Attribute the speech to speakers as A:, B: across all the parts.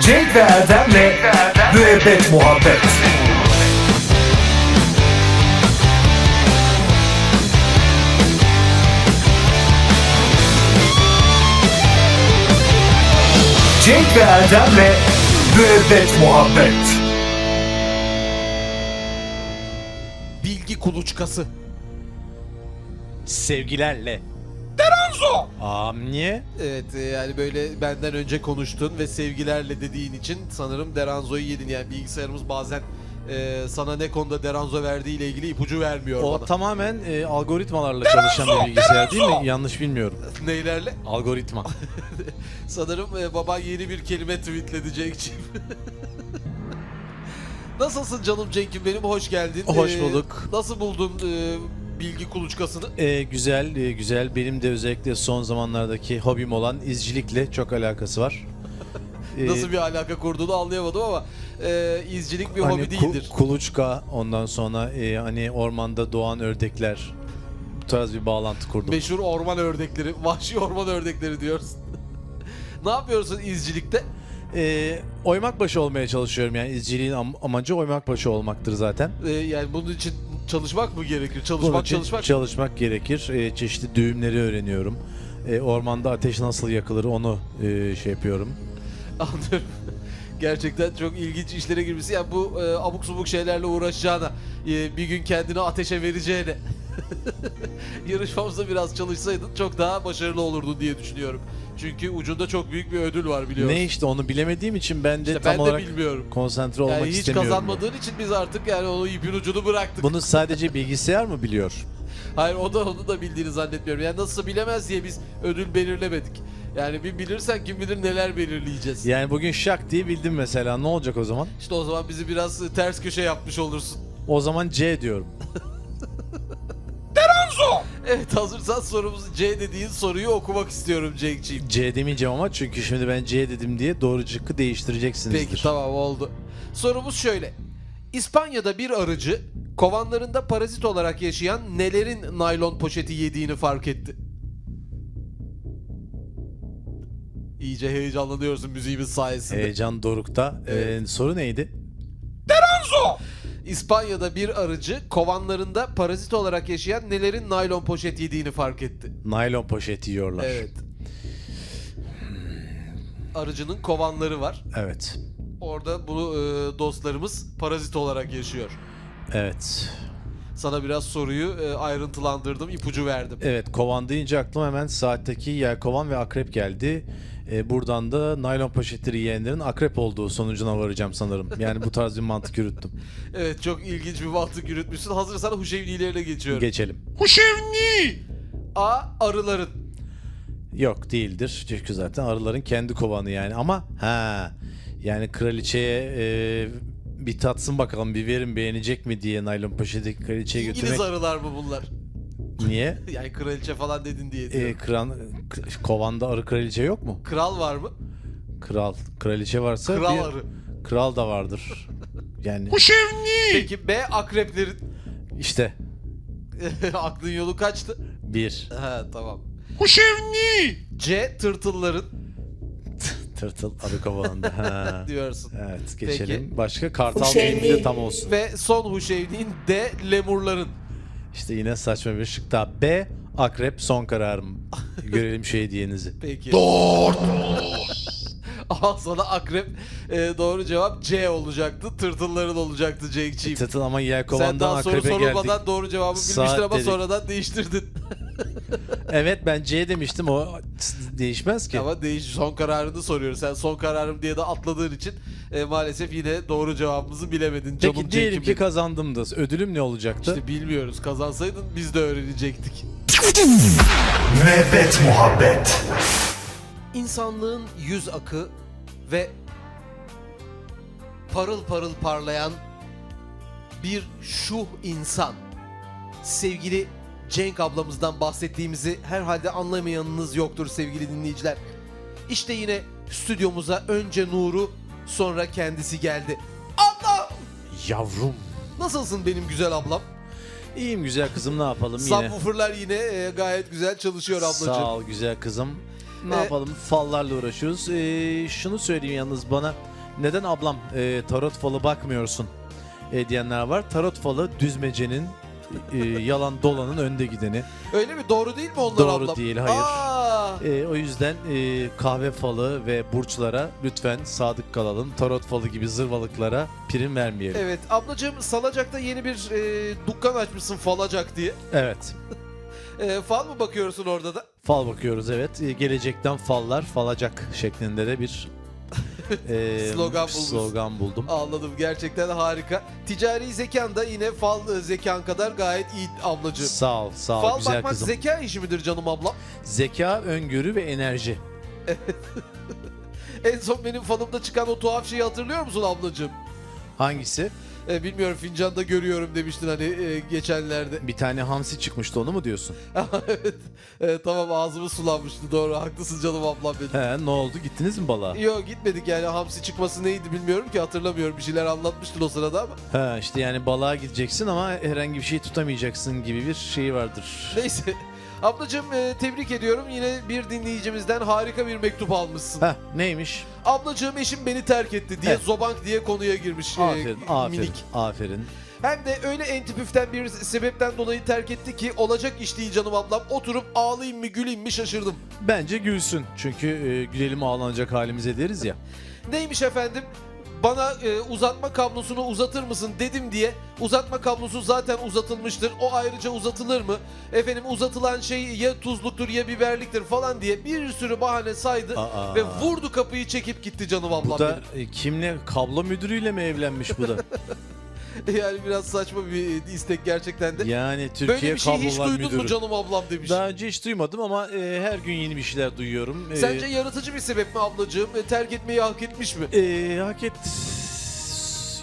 A: Cenk ve Erdem'le Müebbet Muhabbet Cenk ve Erdem'le Müebbet Muhabbet
B: Bilgi kuluçkası. Sevgilerle. Deranzo! Am niye?
C: Evet e, yani böyle benden önce konuştun ve sevgilerle dediğin için sanırım Deranzo'yu yedin. Yani bilgisayarımız bazen e, sana ne konuda Deranzo verdiği ile ilgili ipucu vermiyor
B: O
C: bana.
B: tamamen e, algoritmalarla çalışan bir bilgisayar değil mi? Yanlış bilmiyorum.
C: Neylerle?
B: Algoritma.
C: Sanırım e, baban yeni bir kelime tweetledecek için. Nasılsın canım Cenk'im benim hoş geldin.
B: Hoş
C: E,
B: bulduk.
C: nasıl buldun e, bilgi kuluçkasını?
B: E, güzel, e, güzel. Benim de özellikle son zamanlardaki hobim olan izcilikle çok alakası var. E,
C: Nasıl bir alaka kurduğunu anlayamadım ama e, izcilik bir
B: hani
C: hobi
B: ku-
C: değildir.
B: kuluçka, ondan sonra e, hani ormanda doğan ördekler. Bu tarz bir bağlantı kurdum.
C: Meşhur orman ördekleri, vahşi orman ördekleri diyorsun. ne yapıyorsun izcilikte?
B: E, oymak başı olmaya çalışıyorum yani izciliğin am- amacı oymak başı olmaktır zaten.
C: Ee, yani bunun için çalışmak mı gerekir?
B: Bunun
C: Çalışmak,
B: için
C: çalışmak.
B: çalışmak gerekir. Ee, çeşitli düğümleri öğreniyorum. Ee, ormanda ateş nasıl yakılır onu e, şey yapıyorum.
C: Anlıyorum. Gerçekten çok ilginç işlere girmesi. Yani bu e, abuk subuk şeylerle uğraşacağına, e, bir gün kendini ateşe vereceğine. Yarışmamızda biraz çalışsaydın çok daha başarılı olurdun diye düşünüyorum. Çünkü ucunda çok büyük bir ödül var biliyorsun.
B: Ne işte onu bilemediğim için ben de
C: İşte
B: tam
C: ben de
B: olarak
C: bilmiyorum.
B: konsantre olmak
C: Yani hiç
B: istemiyorum.
C: kazanmadığın için biz artık yani onu ipin ucunu bıraktık.
B: Bunu sadece bilgisayar mı biliyor?
C: Hayır o da onu da bildiğini zannetmiyorum. Yani nasılsa bilemez diye biz ödül belirlemedik. Yani bir bilirsen kim bilir neler belirleyeceğiz.
B: Yani bugün şak diye bildim mesela. Ne olacak o zaman?
C: İşte o zaman bizi biraz e, ters köşe yapmış olursun.
B: O zaman C diyorum.
C: Evet hazırsan sorumuz C dediğin soruyu okumak istiyorum Cenk'ciğim.
B: C demeyeceğim ama çünkü şimdi ben C dedim diye doğru cıkkı değiştireceksinizdir.
C: Peki tamam oldu. Sorumuz şöyle. İspanya'da bir arıcı kovanlarında parazit olarak yaşayan nelerin naylon poşeti yediğini fark etti. İyice heyecanlanıyorsun müziğimiz sayesinde.
B: Heyecan Doruk'ta. Ee,
C: Evet.
B: soru neydi?
C: İspanya'da bir arıcı kovanlarında parazit olarak yaşayan nelerin naylon poşet yediğini fark etti.
B: Naylon poşeti yiyorlar.
C: Evet. Arıcının kovanları var.
B: Evet.
C: Orada bunu e, dostlarımız parazit olarak yaşıyor.
B: Evet.
C: Sana biraz soruyu e, ayrıntılandırdım, ipucu verdim.
B: Evet kovan deyince aklıma hemen saatteki yelkovan ve akrep geldi. Ee, buradan da naylon poşetleri yiyenlerin akrep olduğu sonucuna varacağım sanırım. Yani bu tarz bir mantık yürüttüm.
C: Evet, çok ilginç bir mantık yürütmüşsün. Hazırsan huşevnilerine geçiyorum.
B: Geçelim.
C: A. Arıların.
B: Yok değildir. Çünkü zaten arıların kendi kovanı yani. Ama ha yani kraliçeye e, bir tatsın bakalım bir verin beğenecek mi diye naylon poşeti kraliçeye götürmek.
C: İngiliz arılar mı bunlar?
B: Niye?
C: Yani kraliçe falan dedin diye.
B: E,
C: diyorum.
B: kran, k- kovanda arı kraliçe yok mu?
C: Kral var mı?
B: Kral. Kraliçe varsa
C: Kral
B: bir-
C: arı.
B: Kral da vardır. Yani
C: Peki B. Akreplerin.
B: işte
C: Aklın yolu kaçtı.
B: bir
C: Ha tamam. Huşevni. C tırtılların
B: tırtıl arı kovanında. Ha.
C: diyorsun.
B: Evet
C: Peki.
B: geçelim. Başka kartal
D: Huşevni.
B: deyimi de tam olsun.
C: Ve son huşevniğin D lemurların.
B: İşte yine saçma bir şık daha. B akrep son kararım. Görelim şey diyenizi.
C: Peki. Doğru. Aha sana akrep e, doğru cevap C olacaktı. Tırtılların olacaktı Cenk'ciğim.
B: Tırtıl ama
C: Sen
B: yelkovandan
C: daha soru
B: akrebe geldik.
C: sorulmadan doğru cevabı bilmiştin
B: Saat
C: ama
B: dedik.
C: sonradan değiştirdin.
B: Evet ben C demiştim o değişmez ki.
C: ama değiş son kararını soruyorum. Sen son kararım diye de atladığın için e, maalesef yine doğru cevabımızı bilemedin.
B: Peki
C: Canım
B: diyelim
C: Cenk'im
B: ki
C: benim.
B: kazandım da ödülüm ne olacaktı?
C: İşte bilmiyoruz. Kazansaydın biz de öğrenecektik.
A: Müebbet Muhabbet
C: İnsanlığın yüz akı ve parıl parıl parlayan bir şuh insan. Sevgili Cenk ablamızdan bahsettiğimizi herhalde anlamayanınız yoktur sevgili dinleyiciler. İşte yine stüdyomuza önce Nuru sonra kendisi geldi. Ablam!
B: Yavrum.
C: Nasılsın benim güzel ablam?
B: İyiyim güzel kızım ne yapalım yine.
C: Subwooferlar yine e, gayet güzel çalışıyor ablacığım.
B: Sağ ol güzel kızım. Ne
C: Ee,
B: yapalım fallarla uğraşıyoruz. Ee, şunu söyleyeyim yalnız bana neden ablam e, tarot falı bakmıyorsun e, diyenler var. Tarot falı düzmecenin e, yalan dolanın önde gideni.
C: Öyle mi? Doğru değil mi onlar
B: Doğru
C: ablam?
B: değil, hayır.
C: Aa!
B: E, o yüzden e, kahve falı ve burçlara lütfen sadık kalalım. Tarot falı gibi zırvalıklara prim vermeyelim.
C: Evet ablacığım Salacak'ta yeni bir e, dükkan açmışsın Falacak diye.
B: evet.
C: E, fal mı bakıyorsun orada da?
B: Fal bakıyoruz evet. Ee, Gelecekten fallar falacak şeklinde de bir e,
C: Slogan buldunuz.
B: slogan buldum.
C: Anladım gerçekten harika. Ticari zekan da yine fal e, zekan kadar gayet iyi ablacığım.
B: Sağ ol, sağ ol
C: Fal
B: güzel
C: bakmak
B: kızım.
C: zeka işi midir canım ablam?
B: Zeka, öngörü ve enerji.
C: En son benim falımda çıkan o tuhaf şeyi hatırlıyor musun ablacığım?
B: Hangisi?
C: E, bilmiyorum fincanda görüyorum demiştin hani e, geçenlerde.
B: Bir tane hamsi çıkmıştı onu mu diyorsun?
C: evet. E, tamam ağzımı sulanmıştı doğru haklısın canım ablam benim.
B: He, ne oldu? Gittiniz mi balığa?
C: Yok gitmedik yani hamsi çıkması neydi bilmiyorum ki hatırlamıyorum bir şeyler anlatmıştın o sırada ama.
B: He, işte yani balığa gideceksin ama herhangi bir şey tutamayacaksın gibi bir şey vardır.
C: Neyse. Ablacığım e, tebrik ediyorum. Yine bir dinleyicimizden harika bir mektup almışsın.
B: Heh, neymiş?
C: Ablacığım eşim beni terk etti diye
B: Evet.
C: zobank diye konuya girmiş. e,
B: Aferin, aferin,
C: minik.
B: aferin.
C: Hem de öyle entipüften bir sebepten dolayı terk etti ki olacak iş değil canım ablam. Oturup ağlayayım mı güleyim mi şaşırdım.
B: Bence gülsün. Çünkü e, gülelim ağlanacak halimize deriz ya.
C: Neymiş efendim? Bana e, uzatma kablosunu uzatır mısın dedim diye uzatma kablosu zaten uzatılmıştır. O ayrıca uzatılır mı? Efendim uzatılan şey ya tuzluktur ya biberliktir falan diye bir sürü bahane saydı
B: Aa.
C: ve vurdu kapıyı çekip gitti canım ablam.
B: Bu da e, kimle? Kablo müdürüyle mi evlenmiş bu da?
C: benim. Yani biraz saçma bir e, istek gerçekten de.
B: Yani Türkiye
C: Böyle bir şey hiç
B: Kablolar
C: duydun
B: Müdürü.
C: mu canım ablam demiş.
B: Daha önce hiç duymadım ama e, her gün yeni bir şeyler duyuyorum. E,
C: Sence yaratıcı bir sebep mi ablacığım? E, terk etmeyi hak etmiş mi?
B: e, hak et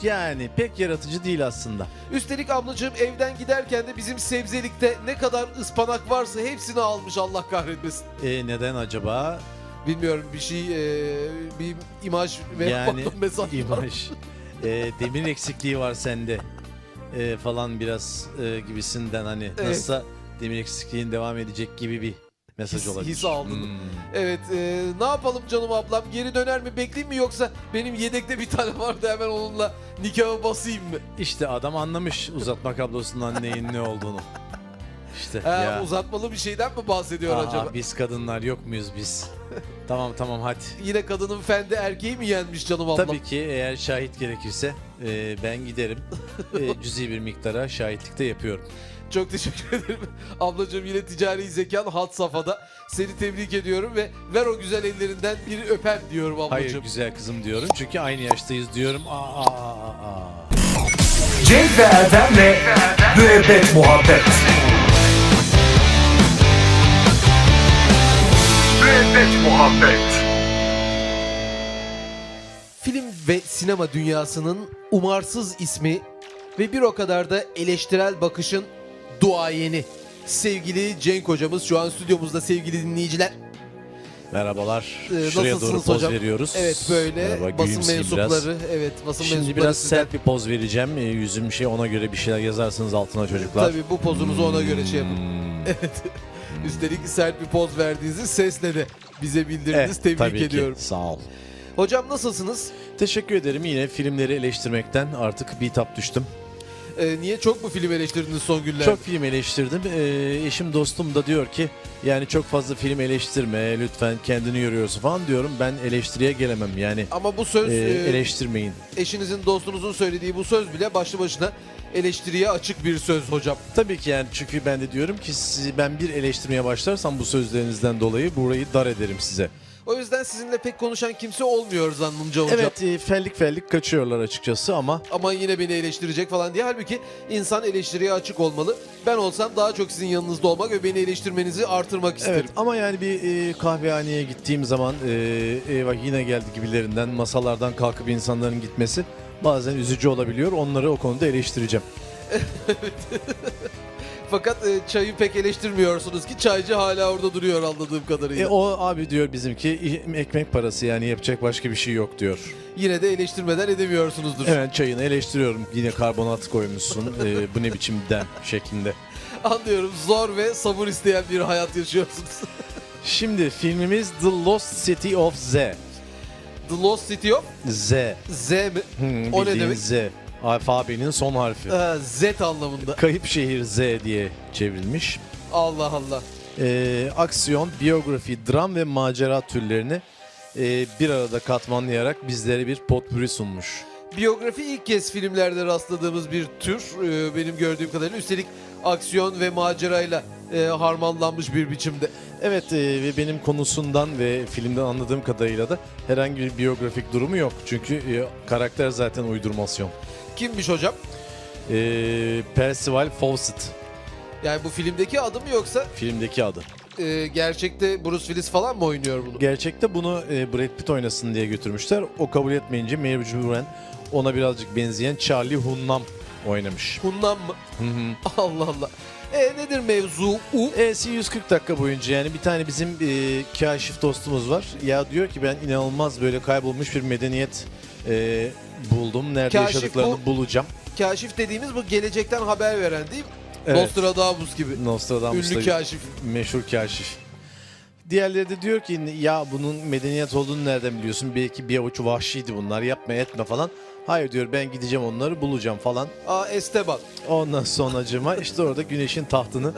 B: yani pek yaratıcı değil aslında.
C: Üstelik ablacığım evden giderken de bizim sebzelikte ne kadar ıspanak varsa hepsini almış Allah kahretmesin.
B: E, neden acaba?
C: Bilmiyorum bir şey e, bir imaj ve
B: yani
C: mesaj var.
B: imaj. E, demir eksikliği var sende E, falan biraz e, gibisinden hani
C: Evet.
B: nasılsa demir eksikliğin devam edecek gibi bir mesaj
C: His-
B: olabilir.
C: his aldın.
B: Hmm.
C: Evet e, ne yapalım canım ablam geri döner mi bekleyeyim mi yoksa benim yedekte bir tane vardı hemen onunla nikahı basayım mı?
B: İşte adam anlamış uzatma kablosundan neyin ne olduğunu. İşte
C: Ha,
B: ya.
C: Uzatmalı bir şeyden mi bahsediyor
B: Aa,
C: acaba?
B: Biz kadınlar yok muyuz biz? tamam tamam hadi.
C: Yine kadının fendi erkeği mi yenmiş canım ablam?
B: Tabii ki eğer şahit gerekirse e, ben giderim. E, cüzi bir miktara şahitlikte yapıyorum.
C: Çok teşekkür ederim. Ablacığım yine ticari zekan hat safhada. Seni tebrik ediyorum ve ver o güzel ellerinden bir öpem diyorum
B: Hayır
C: ablacığım.
B: güzel kızım diyorum çünkü aynı yaştayız diyorum. Aa, aa, aa.
A: Cenk ve Erdem'le Müebbet Muhabbet Müebbet Muhabbet
C: Film ve sinema dünyasının umarsız ismi ve bir o kadar da eleştirel bakışın duayeni. Sevgili Cenk hocamız şu an stüdyomuzda sevgili dinleyiciler.
B: Merhabalar.
C: Ee,
B: Şuraya doğru
C: nasılsınız
B: poz
C: hocam?
B: veriyoruz.
C: Evet böyle
B: Merhaba,
C: basın
B: gülümseyin biraz.
C: mensupları. Evet basın
B: Şimdi
C: mensupları
B: biraz
C: sizden-
B: sert bir poz vereceğim. E, yüzüm şey ona göre bir şeyler yazarsınız altına çocuklar. Hmm.
C: Tabii bu pozunuzu ona göre şey yapın. Evet. Üstelik sert bir poz verdiğinizi sesle de bize bildirdiniz.
B: Eh,
C: Tebrik
B: tabii ki.
C: ediyorum.
B: Sağ ol.
C: Hocam nasılsınız?
B: Teşekkür ederim yine filmleri eleştirmekten artık bitap düştüm.
C: Ee, niye çok mu film eleştirdiniz son günlerde?
B: Çok film eleştirdim. Ee, eşim dostum da diyor ki yani çok fazla film eleştirme lütfen kendini yoruyorsun falan diyorum. Ben eleştiriye gelemem yani
C: Ama bu söz
B: Ee,
C: e,
B: eleştirmeyin.
C: eşinizin dostunuzun söylediği bu söz bile başlı başına eleştiriye açık bir söz hocam.
B: Tabii ki yani çünkü ben de diyorum ki sizi ben bir eleştirmeye başlarsam bu sözlerinizden dolayı burayı dar ederim size.
C: O yüzden sizinle pek konuşan kimse olmuyor zannımca hocam.
B: Evet e, fellik fellik kaçıyorlar açıkçası ama
C: Ama yine beni eleştirecek falan diye. Halbuki insan eleştiriye açık olmalı. Ben olsam daha çok sizin yanınızda olmak ve beni eleştirmenizi artırmak isterim.
B: evet ama yani bir e, kahvehaneye gittiğim zaman e, eyvah yine geldi gibilerinden masalardan kalkıp insanların gitmesi bazen üzücü olabiliyor. Onları o konuda eleştireceğim.
C: Fakat e, çayı pek eleştirmiyorsunuz ki çaycı hala orada duruyor anladığım kadarıyla.
B: E, o abi diyor bizimki "İ- ekmek parası yani yapacak başka bir şey yok diyor.
C: Yine de eleştirmeden edemiyorsunuzdur.
B: Hemen çayını eleştiriyorum. Yine karbonat koymuşsun. e, bu ne biçim dem şeklinde.
C: Anlıyorum zor ve sabır isteyen bir hayat yaşıyorsunuz.
B: Şimdi filmimiz The Lost City of Z.
C: The Lost City of
B: Z.
C: Z mi?
B: Hmm,
C: o ne
B: bildiğin
C: demek?
B: Z. Alfabenin son harfi.
C: Ee, Z anlamında.
B: Kayıp şehir Z diye çevrilmiş.
C: Allah Allah.
B: Ee, aksiyon, biyografi, dram ve macera türlerini e, bir arada katmanlayarak bizlere bir potpuri sunmuş.
C: Biyografi ilk kez filmlerde rastladığımız bir tür. Ee, benim gördüğüm kadarıyla üstelik aksiyon ve macerayla e, harmanlanmış bir biçimde.
B: Evet e, ve benim konusundan ve filmden anladığım kadarıyla da herhangi bir biyografik durumu yok. Çünkü e, karakter zaten uydurmasyon.
C: Kimmiş hocam?
B: Ee, Percival Fawcett
C: Yani bu filmdeki adı mı yoksa
B: filmdeki adı.
C: e, gerçekte Bruce Willis falan mı oynuyor bunu?
B: Gerçekte bunu e, Brad Pitt oynasın diye götürmüşler. O kabul etmeyince mecburen ona birazcık benzeyen Charlie Hunnam oynamış.
C: Bundan mı?
B: Hı hı.
C: Allah Allah. E nedir mevzu? U.
B: E'si 140 dakika boyunca yani bir tane bizim e, kaşif dostumuz var. Ya diyor ki ben inanılmaz böyle kaybolmuş bir medeniyet e, buldum. Nerede
C: Kaşif
B: yaşadıklarını
C: bu-
B: bulacağım.
C: Kaşif dediğimiz bu gelecekten haber veren değil mi?
B: Evet.
C: Nostradamus gibi.
B: Nostradamus'ta
C: Ünlü kaşif.
B: meşhur kaşif. Diğerleri de diyor ki ya bunun medeniyet olduğunu nereden biliyorsun? Belki bir avuç vahşiydi bunlar yapma etme falan. Hayır diyor ben gideceğim onları bulacağım falan.
C: Aa Esteban.
B: Ondan sonracıma işte orada güneşin tahtını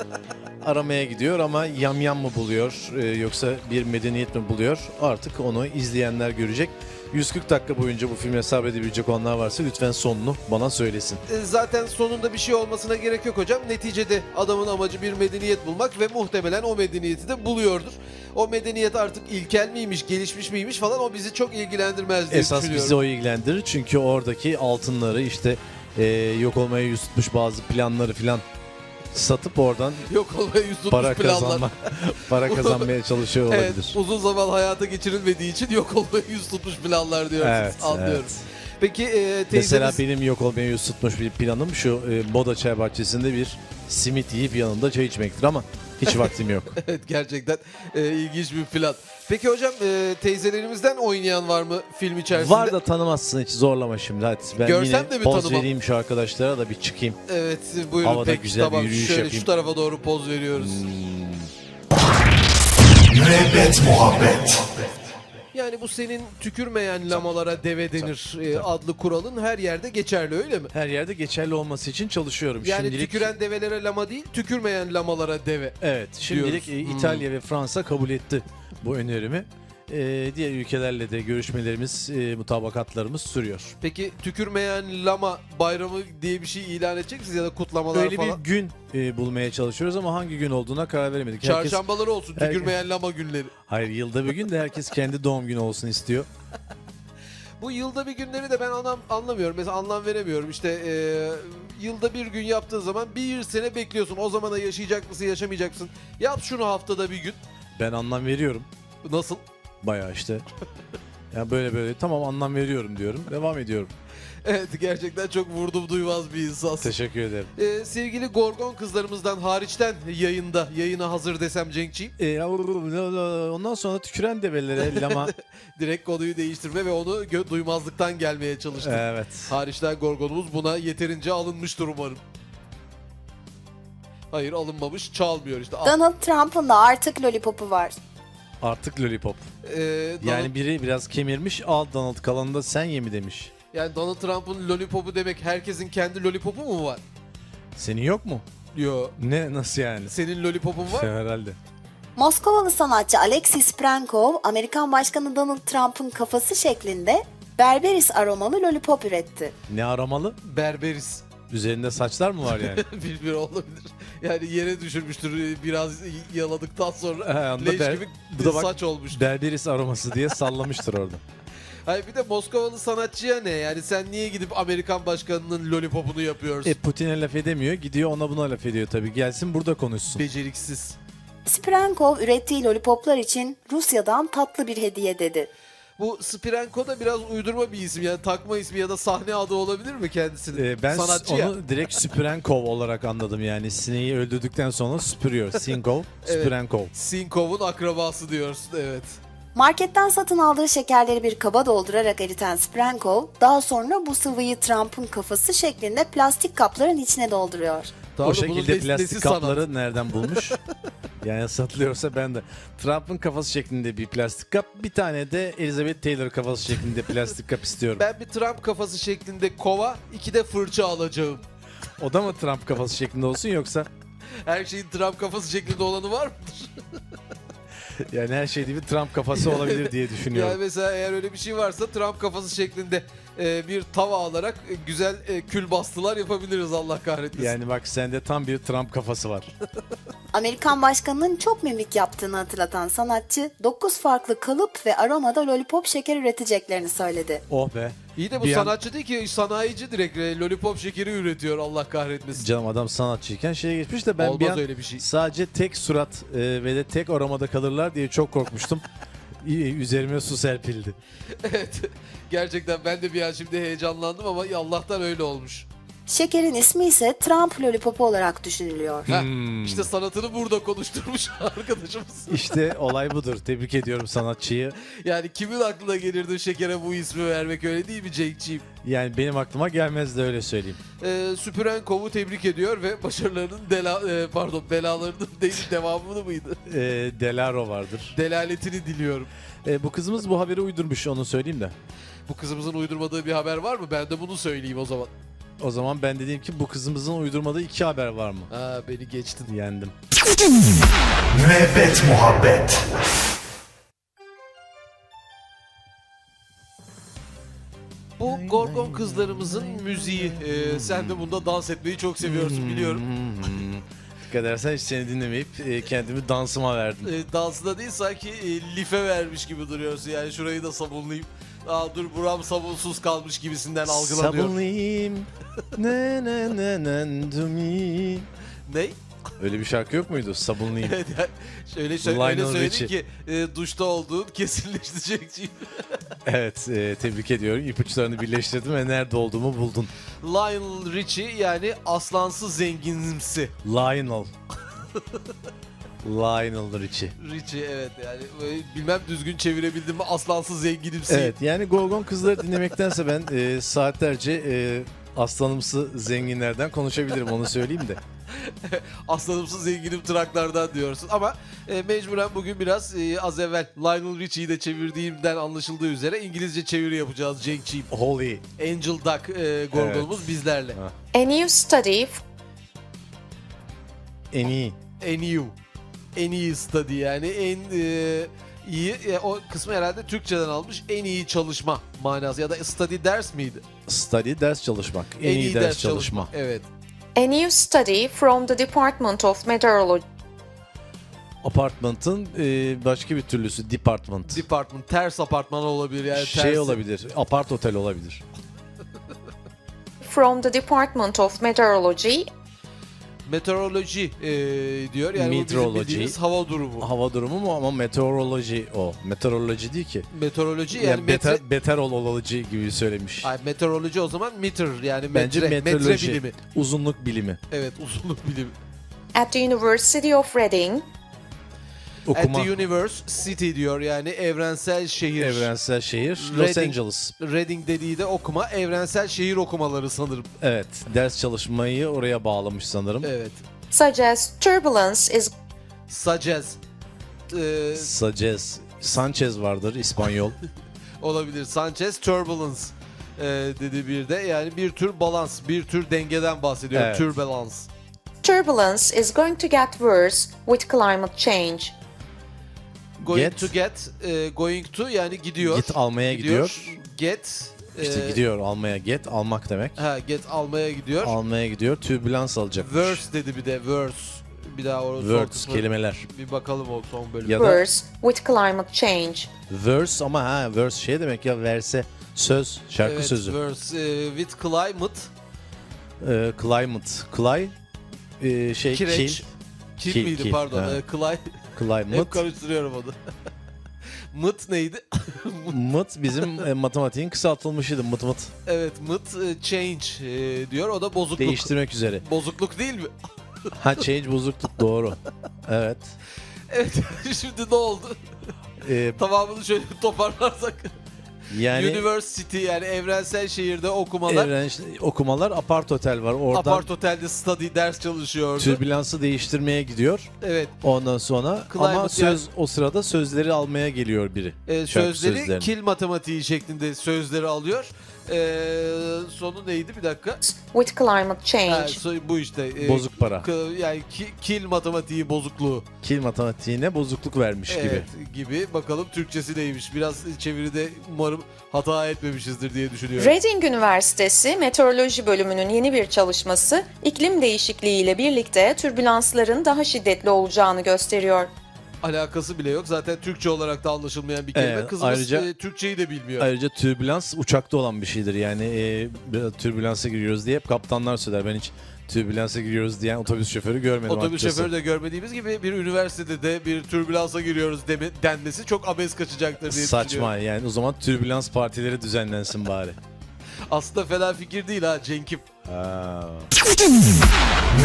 B: aramaya gidiyor ama yamyam mı buluyor e, yoksa bir medeniyet mi buluyor artık onu izleyenler görecek. 140 dakika boyunca bu filmi hesap edebilecek olanlar varsa lütfen sonunu bana söylesin.
C: E, zaten sonunda bir şey olmasına gerek yok hocam. Neticede adamın amacı bir medeniyet bulmak ve muhtemelen o medeniyeti de buluyordur. O medeniyet artık ilkel miymiş, gelişmiş miymiş falan o bizi çok ilgilendirmez diye
B: Esas
C: düşünüyorum.
B: bizi o ilgilendirir çünkü oradaki altınları işte e, yok olmaya yüz tutmuş bazı planları filan satıp oradan
C: Yok olmaya yüz tutmuş
B: para
C: planlar.
B: kazanma para kazanmaya çalışıyor
C: Evet,
B: olabilir.
C: uzun zaman hayata geçirilmediği için yok olmaya yüz tutmuş planlar diyorsunuz.
B: Evet,
C: Anlıyorum.
B: evet.
C: Peki e, teyzeniz...
B: Mesela benim yok olmaya yüz tutmuş bir planım şu e, Moda Çay Bahçesi'nde bir simit yiyip yanında çay içmektir ama hiç vaktim yok.
C: Evet gerçekten e, ilginç bir plan. Peki hocam e, teyzelerimizden oynayan var mı film içerisinde?
B: Var da tanımazsın hiç zorlama şimdi hadi. Ben
C: Görsem
B: yine
C: de mi
B: poz
C: tanımam?
B: vereyim şu arkadaşlara da bir çıkayım.
C: Evet e, buyurun
B: Havada
C: peki
B: güzel bir
C: tamam
B: yürüyüş
C: şöyle
B: yapayım. Hmm.
C: şu tarafa doğru poz veriyoruz.
A: Müebbet muhabbet.
C: Yani bu senin tükürmeyen lamalara deve denir e, adlı kuralın her yerde geçerli öyle mi?
B: Her yerde geçerli olması için çalışıyorum.
C: Yani
B: şimdilik,
C: tüküren develere lama değil tükürmeyen lamalara deve.
B: Evet şimdilik
C: diyoruz.
B: e, İtalya ve Fransa kabul etti bu önerimi. E, diğer ülkelerle de görüşmelerimiz, e, mutabakatlarımız sürüyor.
C: Peki tükürmeyen lama bayramı diye bir şey ilan edecek misiniz ya da kutlamalar
B: Böyle bir
C: falan?
B: gün e, bulmaya çalışıyoruz ama hangi gün olduğuna karar veremedik. Herkes-
C: Çarşambaları olsun
B: Herkes-
C: tükürmeyen lama günleri.
B: Hayır yılda bir gün de herkes kendi doğum günü olsun istiyor.
C: Bu yılda bir günleri de ben anlam, anlamıyorum. Mesela anlam veremiyorum. İşte eee, yılda bir gün yaptığın zaman bir sene bekliyorsun. O zamana yaşayacak mısın, yaşamayacak mısın? Yap şunu haftada bir gün.
B: Ben anlam veriyorum.
C: Nasıl?
B: Bayağı işte. Yani böyle böyle tamam anlam veriyorum diyorum. Devam ediyorum.
C: Evet gerçekten çok vurdum duymaz bir insansın.
B: Teşekkür ederim.
C: Eee, sevgili Gorgon kızlarımızdan hariçten yayında, yayına hazır desem Cenkçiyim.
B: Ee, ondan sonra tüküren develere lama.
C: Direkt konuyu değiştirme ve onu gö- duymazlıktan gelmeye çalıştım.
B: Evet.
C: Hariçten Gorgon'umuz buna yeterince alınmıştır umarım. Hayır alınmamış çalmıyor işte. Ah, Al-
D: Donald Trump'ın da artık lollipopu var.
B: Artık lollipop.
C: Eee,
B: Yani biri biraz kemirmiş al Donald kalanını da sen ye mi demiş.
C: Yani Donald Trump'ın lollipopu demek herkesin kendi lollipopu mu var?
B: Senin yok mu?
C: Yo.
B: Ne nasıl yani?
C: Senin lollipopun var.
B: Herhalde.
D: Moskovalı sanatçı Alexis Prankov, Amerikan Başkanı Donald Trump'ın kafası şeklinde Berberis aromalı lollipop üretti.
B: Ne aramalı?
C: Berberis.
B: Üzerinde saçlar mı var yani?
C: Bilmiyorum olabilir. Yani yere düşürmüştür biraz yaladıktan
B: He,
C: sonra.
B: anda
C: Leş
B: ber-
C: gibi
B: bu da bak-
C: saç olmuştu.
B: Berberis aroması diye sallamıştır orada.
C: Hayır bir de Moskovalı sanatçıya ne? Yani sen niye gidip Amerikan başkanının lollipopunu yapıyorsun?
B: E Putin'e laf edemiyor. Gidiyor ona buna laf ediyor tabii. Gelsin burada konuşsun.
C: Beceriksiz.
D: Sprankov ürettiği lollipoplar için Rusya'dan tatlı bir hediye dedi.
C: Bu Spirenko da biraz uydurma bir isim. Yani takma ismi ya da sahne adı olabilir mi kendisinin?
B: Ee, ben s-
C: sanatçı
B: onu
C: ya.
B: direkt süpüren kov olarak anladım yani. Sineği öldürdükten sonra süpürüyor. Sinkov,
C: Evet.
B: süpüren kov.
C: Sinkov'un akrabası diyorsun evet.
D: Marketten satın aldığı şekerleri bir kaba doldurarak eriten Sprankov, daha sonra bu sıvıyı Trump'ın kafası şeklinde plastik kapların içine dolduruyor.
C: Tamam
B: o
C: da bunun
B: şekilde
C: nes- nesi
B: plastik
C: sanat?
B: kapları nereden bulmuş? Yani satılıyorsa ben de. Trump'ın kafası şeklinde bir plastik kap. Bir tane de Elizabeth Taylor kafası şeklinde plastik kap istiyorum.
C: Ben bir Trump kafası şeklinde kova, iki de fırça alacağım.
B: O da mı Trump kafası şeklinde olsun yoksa
C: Her şeyin Trump kafası şeklinde olanı var mı?
B: yani her şey değil bir Trump kafası olabilir diye düşünüyorum.
C: Yani mesela eğer öyle bir şey varsa Trump kafası şeklinde e, bir tava alarak e, güzel e, kül bastılar yapabiliriz Allah kahretmesin.
B: Yani bak sende tam bir Trump kafası var.
D: Amerikan başkanının çok mimik yaptığını hatırlatan sanatçı 9 farklı kalıp ve aromada lollipop şeker üreteceklerini söyledi.
B: Oh be.
C: İyi de bu
B: Bir an-
C: sanatçı değil ki sanayici direkt e, lollipop şekeri üretiyor Allah kahretmesin.
B: Canım adam sanatçıyken şeye geçmiş de ben bir
C: Olmaz
B: an
C: öyle bir şey.
B: sadece tek surat e, ve de tek aromada kalırlar diye çok korkmuştum. İyi, Üzerime su serpildi.
C: Evet. Gerçekten ben de bir an şimdi heyecanlandım ama Allah'tan öyle olmuş.
D: Şekerin ismi ise Trump lollipopu olarak düşünülüyor.
C: Heh,
B: Hmm.
C: İşte sanatını burada konuşturmuş arkadaşımız.
B: İşte olay budur. Tebrik ediyorum sanatçıyı.
C: Yani kimin aklına gelirdi şekere bu ismi vermek öyle değil mi Cenk'ciğim?
B: Yani benim aklıma gelmez de öyle söyleyeyim.
C: Ee, süpüren kovu tebrik ediyor ve başarılarının dela, e, pardon belalarının değil devamını mıydı?
B: E, Delaro vardır.
C: Delaletini diliyorum.
B: E, bu kızımız bu haberi uydurmuş onu söyleyeyim de.
C: Bu kızımızın uydurmadığı bir haber var mı? Ben de bunu söyleyeyim o zaman.
B: O zaman ben dediğim ki bu kızımızın uydurmadığı iki haber var mı?
C: Ha beni geçtin.
B: Yendim.
A: Müebbet muhabbet.
C: Bu Gorgon kızlarımızın müziği. Ee, sen de bunda dans etmeyi çok seviyorsun biliyorum.
B: Dikkat edersen hiç seni dinlemeyip e, kendimi dansıma verdim.
C: e, dansına değil sanki e, life vermiş gibi duruyorsun. Yani şurayı da sabunlayayım. Aa dur buram sabunsuz kalmış gibisinden algılanıyor.
B: Sabunlayayım. Ne ne ne ne to me.
C: Ne?
B: Öyle bir şarkı yok muydu? Sabunlayayım.
C: Evet, yani şöyle şöyle
B: Lionel
C: öyle
B: Richie.
C: söyledin ki e, duşta olduğun kesinleşecek.
B: evet e, tebrik ediyorum. İpuçlarını birleştirdim ve nerede olduğumu buldun.
C: Lionel Richie yani aslansız zenginimsi.
B: Lionel. Lionel Richie.
C: Richie evet yani e, bilmem düzgün çevirebildim mi aslansız zenginimsi.
B: Evet yani Gorgon kızları dinlemektense ben e, saatlerce e, aslanımsı zenginlerden konuşabilirim onu söyleyeyim de.
C: Aslanımsız zenginim traklardan diyorsun. Ama e, mecburen bugün biraz e, az evvel Lionel Richie'yi de çevirdiğimden anlaşıldığı üzere İngilizce çeviri yapacağız Cenk'ciğim.
B: Holy.
C: Angel Duck e, gorgonumuz bizlerle.
B: Ha.
E: A new study
B: En iyi.
C: En iyi. En iyi study yani en e, iyi e, o kısmı herhalde Türkçeden almış en iyi çalışma manası ya da study ders miydi?
B: Study ders çalışmak. En, iyi, ders, çalışma.
C: Evet.
E: A new study from the Department of Meteorology
B: Apartment'ın e, başka bir türlüsü department.
C: Department ters apartman olabilir yani
B: şey
C: tersi.
B: olabilir. Apart otel olabilir.
E: from the Department of Meteorology
C: Meteoroloji e, diyor yani bu bizim
B: Meteoroloji.
C: bildiğimiz hava durumu.
B: Hava durumu mu ama meteoroloji o. Meteoroloji değil ki.
C: Meteoroloji yani,
B: Yani,
C: metre,
B: beter, beteroloji gibi söylemiş.
C: Ay, meteoroloji o zaman meter yani
B: Bence
C: metre, metre
B: meteoroloji.
C: bilimi.
B: Uzunluk bilimi.
C: Evet uzunluk bilimi.
E: at the University of Reading
B: Okuma.
C: At the Universe City diyor yani evrensel şehir.
B: Evrensel şehir. Los
C: Reading.
B: Angeles.
C: Reading dediği de okuma evrensel şehir okumaları sanırım.
B: Evet. Ders çalışmayı oraya bağlamış sanırım.
C: Evet.
E: such as turbulence is
C: Sanchez. Ee,
B: Sanchez. Sanchez vardır İspanyol.
C: olabilir. Sanchez Turbulence ee, dedi bir de. Yani bir tür balans, bir tür dengeden bahsediyor.
B: Evet.
C: Turbulence.
E: turbulence is going to get worse with climate change.
C: Going
B: Get.
C: to get, ee, going to yani gidiyor.
B: Git almaya
C: Get.
B: işte
C: ee,
B: gidiyor almaya. Get almak demek.
C: Ha, get almaya gidiyor.
B: Almaya gidiyor. Türbülans alacakmış.
C: Verse dedi bir de. Verse. Bir daha o son
B: Words
C: kısmı-
B: kelimeler.
C: Bir bakalım o son bölüm.
B: Ya da
E: Worse with climate change.
B: verse ama ha verse şey demek ya verse söz şarkı
C: evet,
B: sözü.
C: Verse. ee, with climate.
B: Ee, climate. Clay ee, şey
C: Kireç.
B: kill.
C: Kim
B: Kil,
C: miydi
B: kil,
C: pardon?
B: ha.
C: Ee, Clyde. Hep
B: Climate.
C: karıştırıyorum onu. mıt neydi?
B: Mıt bizim e, matematiğin kısaltılmışıydı. Mıt mıt.
C: evet mıt e, change e, diyor. O da bozukluk.
B: Değiştirmek üzere.
C: Bozukluk değil mi?
B: Ha change bozukluk doğru. Evet.
C: Evet şimdi ne oldu?
B: Ee,
C: Tamamını şöyle bir toparlarsak.
B: Yani-
C: University yani evrensel şehirde okumalar.
B: Evren, okumalar apart otel var. Oradan
C: Apart otelde study ders çalışıyordu.
B: türbülansı değiştirmeye gidiyor.
C: evet.
B: Ondan sonra
C: Climate
B: ama söz o sırada sözleri almaya geliyor biri.
C: e,
B: Şarkı
C: sözleri
B: sözlerini.
C: kil matematiği şeklinde sözleri alıyor. E, sonu neydi bir dakika?
E: with climate
C: Ha,
E: change,
C: so- bu işte. e,
B: Bozuk para.
C: k- yani ki- kil matematiği bozukluğu.
B: Kil matematiğine bozukluk vermiş gibi.
C: Evet gibi. Bakalım Türkçesi neymiş. Biraz çeviride umarım hata etmemişizdir diye düşünüyorum.
E: Reading Üniversitesi Meteoroloji Bölümünün yeni bir çalışması iklim değişikliği ile birlikte türbülansların daha şiddetli olacağını gösteriyor.
C: Alakası bile yok. Zaten Türkçe olarak da anlaşılmayan bir kelime.
B: Evet,
C: Kızımız
B: ayrıca-
C: e, Türkçeyi de bilmiyor.
B: Ayrıca türbülans uçakta olan bir şeydir. Yani e, biraz türbülansa giriyoruz diye hep kaptanlar söyler. Ben hiç türbülansa giriyoruz diyen otobüs şoförü görmedim
C: Otobüs
B: açıkçası.
C: şoförü de görmediğimiz gibi bir üniversitede de bir türbülansa giriyoruz deme, denmesi çok abes kaçacaktır diye düşünüyorum.
B: Saçma yani o zaman türbülans partileri düzenlensin bari.
C: Aslında fena fikir değil ha Cenk'im.
B: Aa.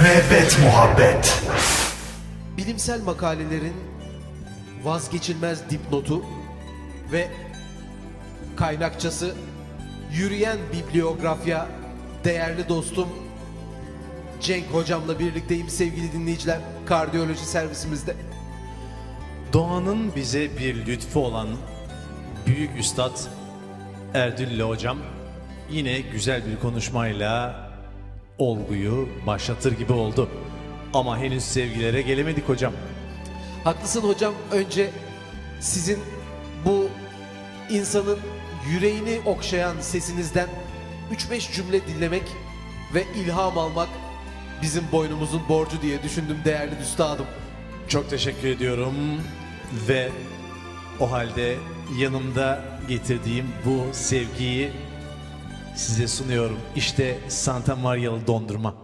A: Müebbet muhabbet.
C: Bilimsel makalelerin vazgeçilmez dipnotu ve kaynakçası yürüyen bibliografya değerli dostum Cenk hocamla birlikteyim sevgili dinleyiciler kardiyoloji servisimizde.
B: Doğanın bize bir lütfu olan Büyük Üstad Erdülle Hocam yine güzel bir konuşmayla olguyu başlatır gibi oldu. Ama henüz sevgilere gelemedik hocam.
C: Haklısın hocam. Önce sizin bu insanın yüreğini okşayan sesinizden 3-5 cümle dinlemek ve ilham almak bizim boynumuzun borcu diye düşündüm değerli üstadım.
B: Çok teşekkür ediyorum ve o halde yanımda getirdiğim bu sevgiyi size sunuyorum. İşte Santa Maria'lı dondurma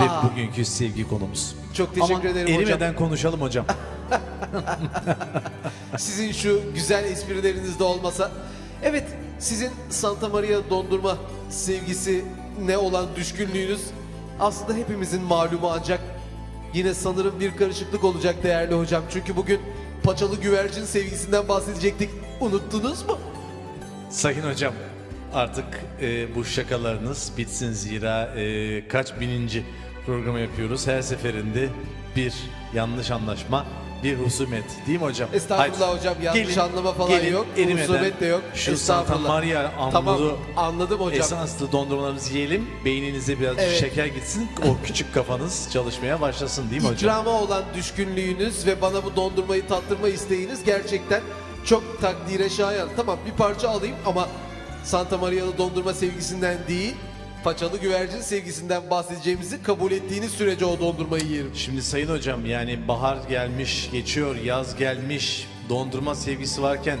B: ve
C: Aa.
B: bugünkü sevgi konumuz.
C: Çok teşekkür
B: Aman
C: ederim hocam.
B: erimeden konuşalım hocam.
C: Sizin şu güzel esprileriniz de olmasa. Evet, sizin Santa Maria dondurma sevgisi ne olan düşkünlüğünüz aslında hepimizin malumu ancak yine sanırım bir karışıklık olacak değerli hocam. Çünkü bugün paçalı güvercin sevgisinden bahsedecektik. Unuttunuz mu?
B: Sayın hocam artık e, bu şakalarınız bitsin zira e, kaç bininci programı yapıyoruz her seferinde bir yanlış anlaşma bir husumet değil mi hocam?
C: Estağfurullah
B: Haydi.
C: hocam yanlış
B: Gelin-
C: anlama falan
B: gelin
C: yok.
B: erimeden
C: Husumet de yok.
B: Şu Santa
C: Estağfurullah.
B: Maria
C: Tamam
B: amuru
C: anladım hocam.
B: esanslı dondurmalarımızı yiyelim. Beyninize biraz
C: Evet.
B: şeker gitsin. O küçük kafanız çalışmaya başlasın değil mi hocam?
C: İkrama olan düşkünlüğünüz ve bana bu dondurmayı tattırma isteğiniz gerçekten çok takdire şayan. Tamam bir parça alayım ama Santa Maria'lı dondurma sevgisinden değil, paçalı güvercin sevgisinden bahsedeceğimizi kabul ettiğiniz sürece o dondurmayı yerim.
B: Şimdi sayın hocam yani bahar gelmiş, geçiyor, yaz gelmiş, dondurma sevgisi varken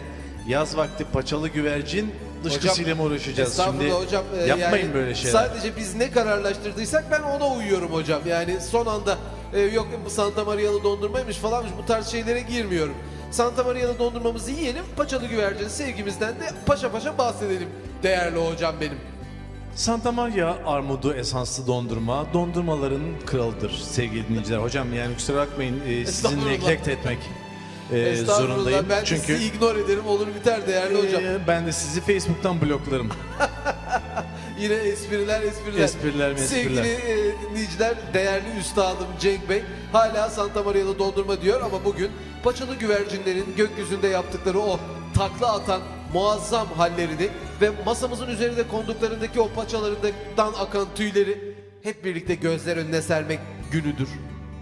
B: yaz vakti paçalı güvercin dışkısıyla mı uğraşacağız? Şimdi
C: estağfurullah hocam, e,
B: yapmayın
C: yani
B: böyle şeyler.
C: Sadece biz ne kararlaştırdıysak ben ona uyuyorum hocam. Yani son anda e, yok bu Santa Maria'lı dondurmaymış falanmış bu tarz şeylere girmiyorum. Santa Maria'lı dondurmamızı yiyelim, paçalı güvercin sevgimizden de paşa paşa bahsedelim değerli hocam benim.
B: Santa Maria armudu esanslı dondurma, dondurmaların kralıdır sevgili dinleyiciler. Hocam yani kusura bakmayın e, sizi
C: Estağfurullah.
B: neglect etmek e,
C: Estağfurullah,
B: zorundayım.
C: ben de
B: Çünkü
C: sizi ignore ederim olur biter değerli hocam.
B: e, ben de sizi Facebook'tan bloklarım.
C: Yine espriler espriler.
B: Espriler, mespriler.
C: Sevgili e, dinleyiciler, değerli üstadım Cenk Bey hala Santa Maria'da dondurma diyor ama bugün paçalı güvercinlerin gökyüzünde yaptıkları o takla atan muazzam hallerini ve masamızın üzerinde konduklarındaki o paçalarından akan tüyleri hep birlikte gözler önüne sermek günüdür.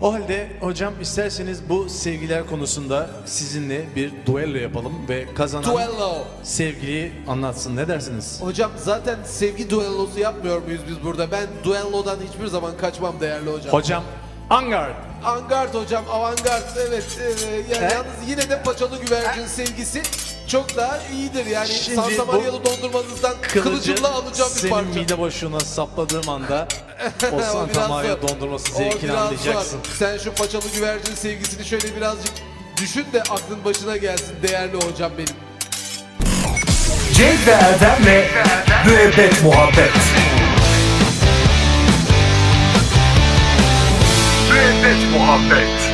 B: O halde hocam isterseniz bu sevgiler konusunda sizinle bir duello yapalım ve kazanan
C: Duello.
B: sevgiliyi anlatsın. Ne dersiniz?
C: Hocam zaten sevgi duellosu yapmıyor muyuz biz burada? Ben duellodan hiçbir zaman kaçmam değerli hocam.
B: Hocam Angard.
C: Angard hocam, avantgard evet. e, ya-
B: He?
C: yalnız yine de paçalı güvercin sevgisi çok daha iyidir. Yani
B: Şimdi
C: Santa
B: bu
C: Maria'lı dondurmanızdan
B: Kılıcı
C: kılıcımla alacağım bir
B: senin
C: parça.
B: mide boşluğuna sapladığım anda o
C: O biraz
B: Santa Maria
C: zor.
B: dondurması
C: O
B: zevkini
C: biraz zor.
B: anlayacaksın.
C: Sen şu paçalı güvercin sevgisini şöyle birazcık düşün de aklın başına gelsin değerli hocam benim.
A: Cenk ve Erdem'le müebbet muhabbet. Müebbet muhabbet.